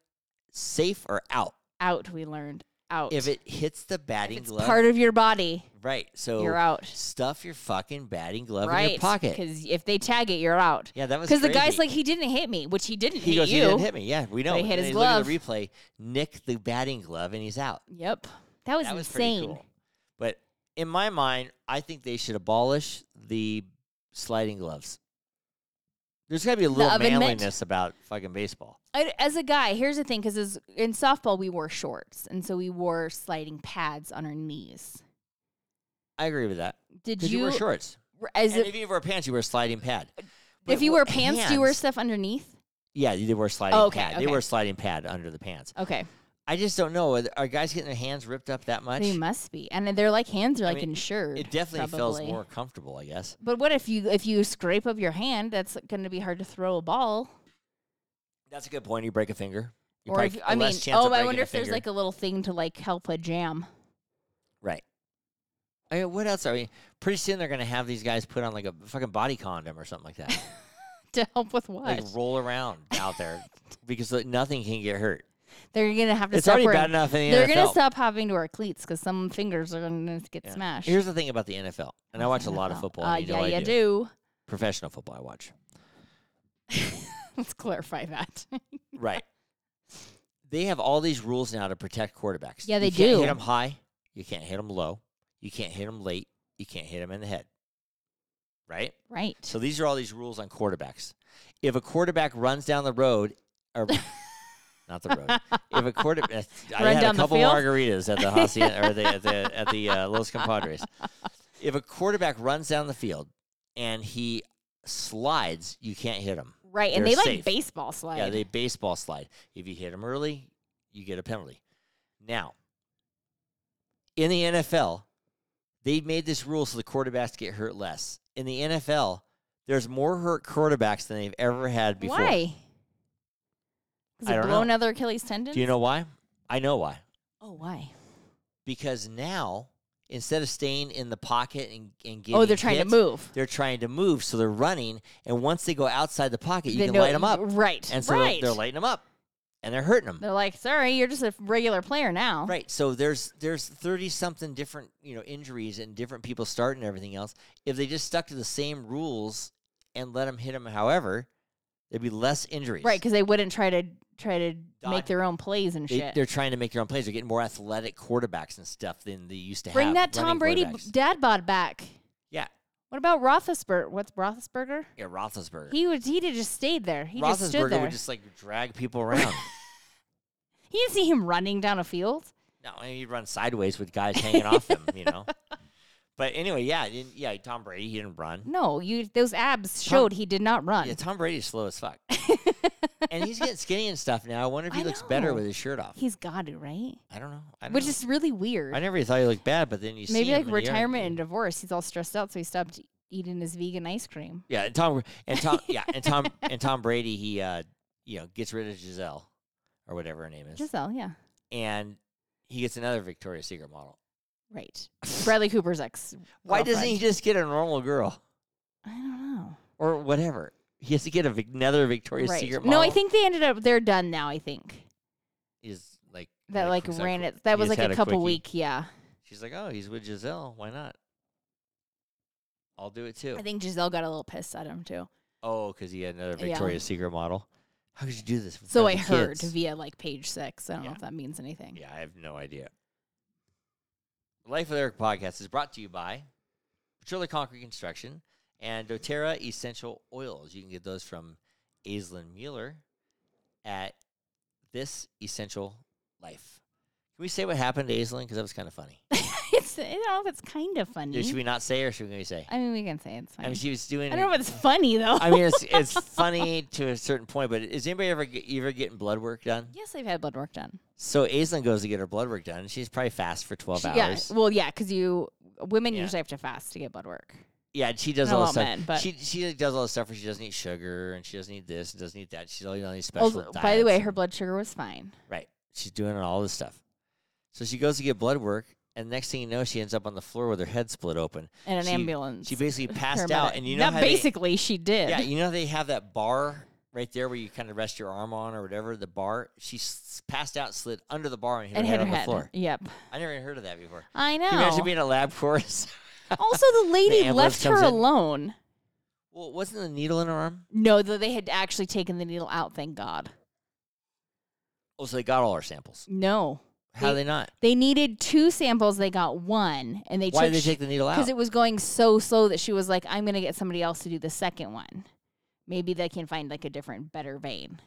safe or out?
out. We learned out.
If it hits the batting
it's
glove,
part of your body,
right? So
you're out.
Stuff your fucking batting glove
right?
in your pocket.
Because if they tag it, you're out.
Yeah, that was
Because the guy's
crazy.
like, he didn't hit me, which he didn't
He
hit
goes,
you.
he didn't hit me. Yeah, we know.
But he hit
And
his
they look at the replay, nick the batting glove, and he's out.
Yep, that was
that was
insane.
pretty cool. But in my mind, I think they should abolish the sliding gloves. There's got to be a little
oven mitt?
manliness about fucking baseball.
I, as a guy, here's the thing: because in softball we wore shorts, and so we wore sliding pads on our knees.
I agree with that.
Did
Because
you,
you, wear shorts.
As
And
if,
if you wear pants, you wear a sliding pad.
if
But
you
wh-
wear pants, do you wear
hands-
stuff underneath?
Yeah, you did wear a sliding
Okay,
pad.
okay.
They wear a sliding pad under the pants.
Okay,
I just don't know. Are, th- are guys getting their hands ripped up that much?
they must be, and they're like hands are like
mean,
insured.
It definitely
probably.
feels more comfortable, I guess.
But what if you if you scrape up your hand? That's going to be hard to throw a ball.
That's a good point. You break a finger. You
or
probably
if
c-
I
less
mean,
chance of
oh, I
breaking
wonder
a
if there's
finger.
like a little thing to like help a jam.
Right. I mean, what else are we? Pretty soon they're gonna have these guys put on like a fucking body condom or something like that,
To help with what?
like roll around out there because like, nothing can get hurt.
they're gonna have to
it's
stop
already
wearing-
bad enough in the
They're
NFL.
gonna stop having to wear cleats because some fingers are gonna get
Yeah.
smashed.
Here's the thing about the NFL, and I watch a lot of
NFL.
football.
Uh,
and you know
yeah,
I
you
do.
do.
Professional football, I watch.
Let's clarify that.
Right. They have all these rules now to protect quarterbacks.
Yeah, they
you can't
do.
Hit them high. You can't hit them low. You can't hit them late. You can't hit them in the head. Right.
right.
So these are all these rules on quarterbacks. If a quarterback runs down the road, or not the road. If a quarterback, I
Run
had
down
a
the
couple
field?
margaritas at the hacienda or the, at the at the uh, Los Compadres. If a quarterback runs down the field and he slides, you can't hit him.
right. And
they're
they like
safe.
baseball slide.
Yeah, they baseball slide. If you hit them early, you get a penalty. Now, in the NFL, they've made this rule so the quarterbacks get hurt less. In the NFL, there's more hurt quarterbacks than they've ever had before.
Why? Is
I
it
don't
blow
know.
another Achilles tendon?
Do you know why? I know why.
Oh, why?
Because now instead of staying in the pocket and, and getting
oh, they're trying
hit,
to move.
They're trying to move, so they're running. And once they go outside the pocket, you
They
can
know-
light them up.
Right.
And so they're-
right.
they're lighting them up, and they're hurting them.
They're like, sorry, you're just a regular player now.
Right. So there's there's thirty something different you know injuries and different people starting and everything else. If they just stuck to the same rules and let them hit them, however, there'd be less injuries.
Right, because they wouldn't try to try to
Dodge-
make their own plays and
They,
shit.
they're trying to make their own plays. They're getting more athletic quarterbacks and stuff than they used to
Bring that
have.
Tom
running
Brady
quarterbacks.
dad bod back.
yeah.
What about Roethlisberger? What's Roethlisberger?
Yeah. Roethlisberger.
He would he'd have just stayed there. He just stood
Roethlisberger
there.
would just like drag people around.
He didn't see him running down a field.
no, I mean, he'd run sideways with guys hanging off him. You know. But anyway, yeah, and- yeah. Tom Brady, he didn't run.
No, you those abs showed he did not run.
Yeah, Tom Brady's slow as fuck. and he's getting skinny and stuff now. I wonder if he
I
looks better
know.
with his shirt off.
He's got to right,
I don't know. I don't
which
know.
is really weird.
I never thought he looked bad, but then you see
Maybe
him
like
and you're-
retirement and divorce. He's all stressed out, so he stopped eating his vegan ice cream.
Yeah, and Tom and Tom yeah, and Tom and Tom Brady he uh you know, gets rid of Giselle or whatever her name is.
Giselle, yeah,
and he gets another Victoria's Secret model.
right. Bradley Cooper's ex.
Why doesn't he just get a normal girl
I don't know.
or whatever? He has to get a, vic- another Victoria's
right.
Secret
no,
model.
I think they ended up. They're done now. I think
is like
that
had a
like
quick-
ran it.
he
That was
just
like
had
a couple
quickie.
week. Yeah,
She's like, "Oh, he's with Giselle. Why not? I'll do it too."
I think Giselle got a little pissed at him too.
Oh, because he had another
Yeah.
Victoria's Secret model. How could you do this? in
So I
front of the
heard
kids?
via like page six. I don't
Yeah.
know if that means anything.
Yeah, I have no idea. Life with Eric podcast is brought to you by Petrola Concrete Construction and doTERRA Essential Oils. You can get those from Aislinn Mueller at This Essential Life. Can we say what happened to Aislinn? Because that was kind of funny.
it's I don't know if it's kind of funny.
Yeah, Should we not say or should we say?
I mean, we can say it's
I
fine. I,
mean, she was doing.
don't know if it's funny though.
I mean, it's it's funny to a certain point, but is anybody ever get, ever getting blood work done?
yes, I've had blood work done.
So Aislinn goes to get her blood work done. and She's probably fast for twelve
She- yeah,
hours.
well, yeah, because you women
Yeah.
usually have to fast to get blood work.
Yeah, and she does
Not
all
all
this stuff.
men, but-
She she like, does all this stuff where she doesn't eat sugar and she doesn't eat this and doesn't eat that. She's only on these special.
Oh, by the
diets
way, her
and-
blood sugar was fine.
right. She's doing all this stuff. So she goes to get blood work, and next thing you know, she ends up on the floor with her head split open.
And an
She-
ambulance.
She basically passed
paramedic-
out, and you know
Not
how they-
basically she did.
yeah, you know they have that bar right there where you kind of rest your arm on or whatever. The bar. She s- passed out, slid under the bar, and hit
and
her
hit
head
her
on the
head. Oh.
floor.
Yep.
I never even heard of that before.
I know.
Can you imagine being a lab course?
also, the lady
ambulance
left her
comes in.
alone.
well, wasn't the needle in her arm?
No, though they had actually taken the needle out. Thank God.
Oh, so they got all our samples.
No,
How
They-
they not?
they needed two samples. They got one, and they
Why
took
did they take the needle out?
because it was going so slow that she was like, "I'm gonna get somebody else to do the second one. Maybe they can find like a different, better vein."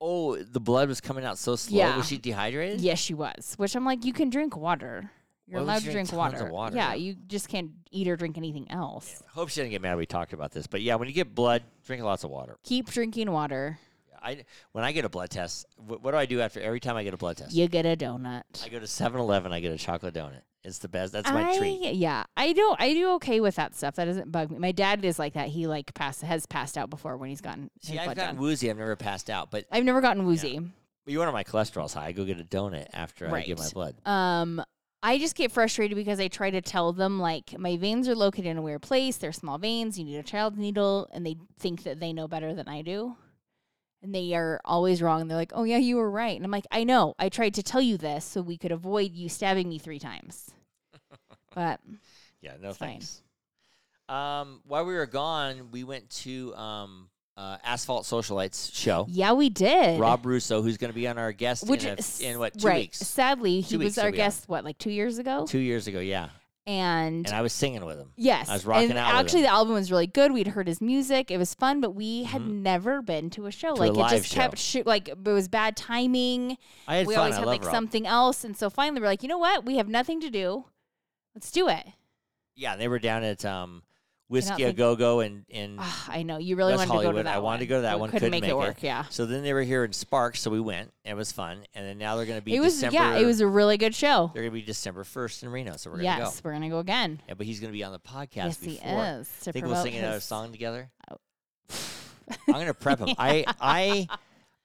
oh, the blood was coming out so slow.
Yeah.
Was she dehydrated?
Yes, she was. Which I'm like, you can drink water. You're
Why would
allowed
you
to
drink
drink
tons of
water.
water,
Yeah,
though?
you just can't eat or drink anything else.
I hope she didn't get mad. We talked about this, but yeah, when you get blood, drink lots of water.
Keep drinking water.
I when I get a blood test, wh- what do I do after every time I get a blood test?
You get a donut.
I go to 7-Eleven. I get a chocolate donut. It's the best. That's my
I,
treat.
Yeah, I do. I do okay with that stuff. That doesn't bug me. My dad is like that. He like pass has passed out before when he's gotten his
See, I've
blood
gotten
done.
woozy. I've never passed out, but
I've never gotten woozy.
you wonder my cholesterol's high. I go get a donut after I get my
Right.
blood.
Um, I just get frustrated because I try to tell them like my veins are located in a weird place. They're small veins. You need a child's needle, and they think that they know better than I do, and they are always wrong. And they're like, "Oh yeah, you were right," and I'm like, "I know. I tried to tell you this so we could avoid you stabbing me three times." But
Yeah, no
It's fine.
thanks. Um, while we were gone, we went to um, uh, Asphalt Socialites show.
yeah, we did.
Rob Russo, who's going to be on our guest
Which
in, a-
is-
in what two
right.
weeks?
Sadly, he
Two weeks
was our
he'll be on.
guest. What, like two years ago?
Two years ago, yeah.
And,
And I was singing with him.
yes,
I was rocking
and
out with
Actually,
him.
the album was really good. We'd heard his music; it was fun, but we had never been to a show.
Mm-hmm. To a
like
live
it just
show.
kept sh- like it was bad timing.
I had
we
fun.
always
I
had
love
like
Rob.
something else, and so finally we're like, you know what? We have nothing to do. Let's do it.
Yeah, they were down at um, Whiskey a
think-
Go Go and and
Ah, I know you really
West
wanted to go to
Mm. Hollywood.
that.
I wanted to go to that
We
one.
Couldn't, make, it work.
it.
Yeah.
So then they were here in Sparks, so we went. and It was fun, and then now they're going to be
It was
December.
yeah, it was a really good show.
They're going to be December first in Reno, so we're going to
Yes,
go.
we're gonna go again.
Yeah, but he's going to be on the podcast
yes,
before.
he is. To
Think we'll
promote
sing another
his- Oh.
song together. I'm going to prep him. I I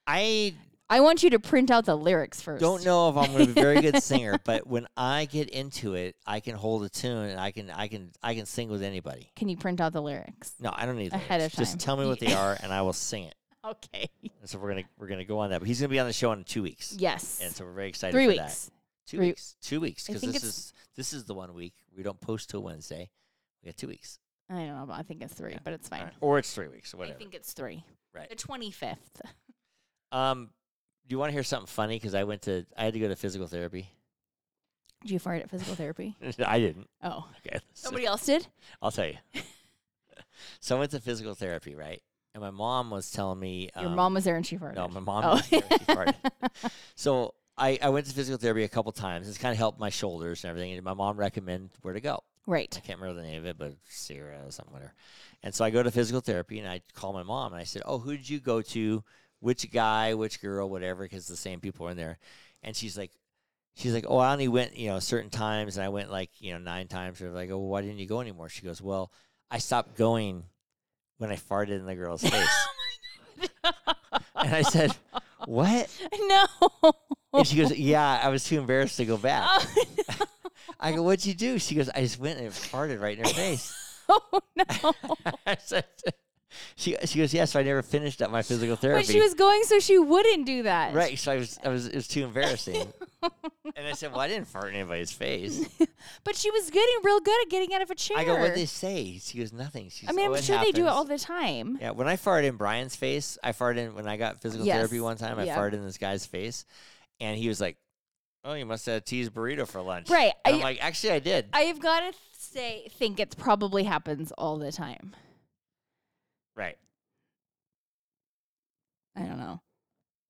I
I want you to print out the lyrics first.
Don't know if I'm going to be a very good singer, but when I get into it, I can hold a tune and I can I can I can sing with anybody.
Can you print out the lyrics?
No, I don't need
Ahead
lyrics.
of
Just
time.
tell me what they are and I will sing it.
Okay.
And so we're gonna we're gonna go on that. But he's gonna be on the show in two weeks.
Yes.
And so we're very excited
Three
for that.
weeks.
Two
Three-
weeks. Two weeks.
I
Because
think
this
it's-
is this is the one week. We don't post till Wednesday. We got two weeks.
I don't know. but I think it's three,
Yeah.
but it's fine.
Alright. Or it's three weeks, whatever.
I think it's three.
Right.
The twenty fifth.
Um do you want to hear something funny? Because I went to I had to go to physical therapy.
Did you fart at physical therapy?
I didn't.
Oh,
Okay. so-
somebody else did.
I'll tell you. so I went to physical therapy, right? And my mom was telling me
Your
um,
mom was there and she farted.
No, my mom.
Oh.
was there, she farted. so I, I went to physical therapy a couple times. It's kind of helped my shoulders and everything. And my mom recommended where to go. I
Right.
can't remember the name of it, but Sierra or something, whatever. And so I go to physical therapy and I call my mom and I said, Oh, who did you go to? Which guy, which girl, whatever, because the same people are in there. And she's like, She's like, Oh, I only went, you know, certain times and I went like, you know, nine times. Or like, Oh, why didn't you go anymore? She goes, Well, I stopped going when I farted in the girl's face. and I said, What?
no.
And she goes, Yeah, I was too embarrassed to go back.
Oh,
I go, What'd you do? She goes, I just went and it farted right in her face.
no.
I said, she she goes, yeah. So I never finished up my physical therapy.
But she was going so she wouldn't do that.
right. So I was I was it was too embarrassing. and I said, well, I didn't fart in anybody's face.
But she was getting real good at getting out of a chair.
I go, what would they say? She goes, nothing. She's,
I mean,
oh,
I'm sure they do it all
happens."
the time.
Yeah, when I farted in Brian's face, I farted in, when I got physical
Yes,
therapy one time. I
yeah.
farted in this guy's face, and he was like, "Oh, you must have had a cheese burrito for lunch."
Right,
And I'm
I-
like, actually, I did.
I've got to say, think it probably happens all the time.
right.
I don't know.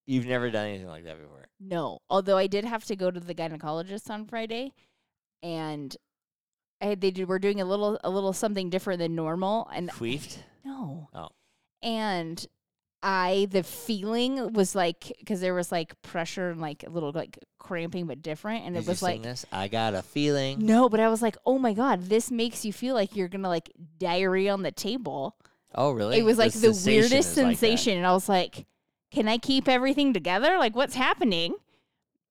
You've never done anything like that before.
No. Although I did have to go to the gynecologist on Friday, and I had, they did, were doing a little a little something different than normal, and
Queefed.
no.
Oh.
And I the feeling was like because there was like pressure and like a little like cramping but different, and
Did
it
you
was
sing
like
this? I got a feeling.
no, but I was like, oh my god, this makes you feel like you're gonna like diarrhea on the table.
Oh, really?
it was like the
sensation
weirdest
is like that.
sensation, and I was like, can I keep everything together? Like, what's happening?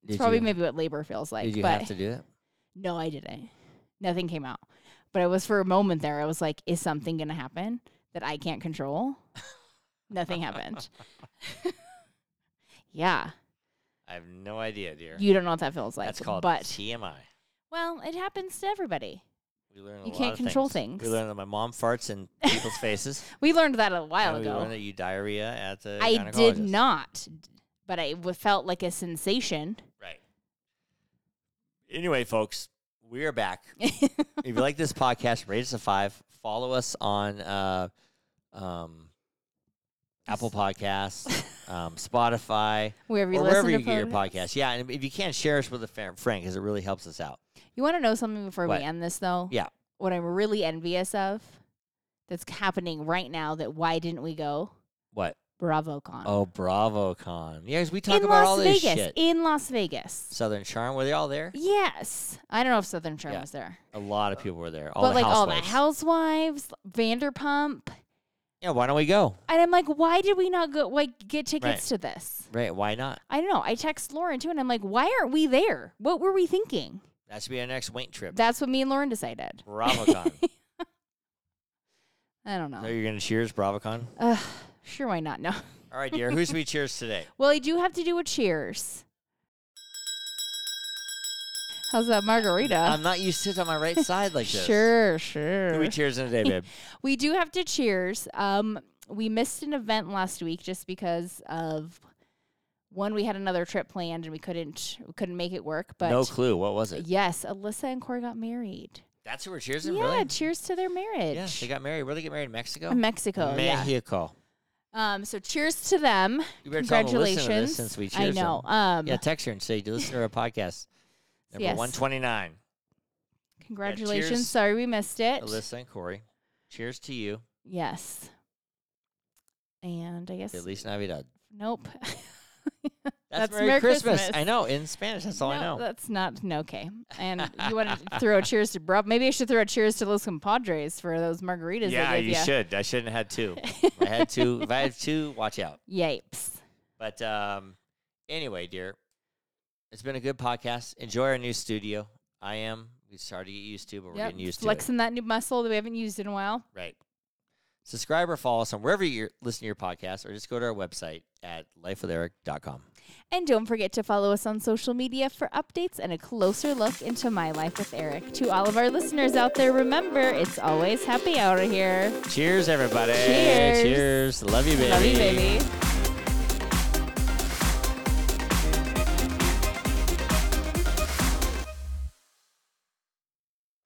It's
Did
probably
you-
maybe what labor feels like.
Did you
but
have to do it?
no, I didn't. Nothing came out. But I was for a moment there. I was like, is something going to happen that I can't control? Nothing happened. yeah,
I have no idea, dear.
you don't know what that feels like.
That's called
But
TMI.
well, it happens to everybody.
We learn a
You
lot
can't
of
control
We
things.
learned that my mom farts in people's faces.
We learned that a while
and we learned
ago.
that Oh, you diarrhea at the.
I did
gynecologist.
not, but I w- felt like a sensation.
Right. Anyway, folks, we are back. if you like this podcast, rate us a five. Follow us on uh, um, Apple Podcasts, um, Spotify,
Wherever you
or
listen
wherever
to
you get your
podcasts.
podcast. Yeah, and if you can, share us with a fa- friend because it really helps us out.
You want to know something before
What?
we end this, though?
Yeah.
What I'm really envious of that's happening right now that why didn't we go?
What?
BravoCon.
Oh, BravoCon. Yeah, 'cause we talk
in
about
Las
all this
Vegas.
shit.
In Las Vegas.
Southern Charm, were they all there?
Yes. I don't know if Southern Charm
Yeah.
was there.
A lot of people were there. All
but
the
like all the
housewives.
housewives, Vanderpump.
Yeah, why don't we go?
And I'm like, why did we not go like get tickets
Right.
to this?
Right, why not?
I don't know. I text Lauren too and I'm like, why aren't we there? What were we thinking?
That should be our next Wink trip.
That's what me and Lauren decided.
BravoCon.
I don't
so
know.
you're gonna cheers BravoCon?
Ugh, sure why not? No.
All right, dear. Who's we cheers today?
Well, I do have to do a cheers. How's that margarita?
I'm not used to it on my right side like this.
Uh, Sure,
Who
sure.
we cheers in today, babe?
We do have to cheers. Um, we missed an event last week just because of one. We had another trip planned and we couldn't we couldn't make it work. But
no clue. What was it?
yes, Alyssa and Corey got married.
That's who we're cheersing,
yeah,
really?
cheers to their marriage.
Yeah, they got married. Where they get married? Mexico?
Mexico. Yeah.
Mexico.
Um, so cheers to them.
You better tell them to
Congratulations.
listen to this since we
I
cheers them.
know. Um,
Yeah, text her and say, listen to our podcast. Number
Yes.
129.
congratulations.
cheers.
Sorry we missed it.
Alyssa and Corey. Cheers to you.
Yes. And I guess
Feliz Navidad.
nope.
That's,
That's
Merry,
Merry
Christmas.
Christmas.
I know in Spanish. That's all I
No,
know.
That's not no, okay. And you want to throw a cheers to Bravo? Maybe I should throw a cheers to Los Compadres for those margaritas.
yeah,
they gave
you
ya.
should. I shouldn't have had two. If I had two. If I had two, watch out.
Yipes.
But um, Anyway, dear, it's been a good podcast. Enjoy our new studio. I am. We started to get used to, but we're
Yep,
getting used to
Flexing that new muscle that we haven't used in a while.
it. Right. Subscribe or follow us on wherever you listen to your podcast, or just go to our website at lifewitheric.com.
And don't forget to follow us on social media for updates and a closer look into my life with Eric. To all of our listeners out there, remember it's always happy out of here.
Cheers, everybody.
Cheers.
Cheers. Love you, baby.
Love you, baby.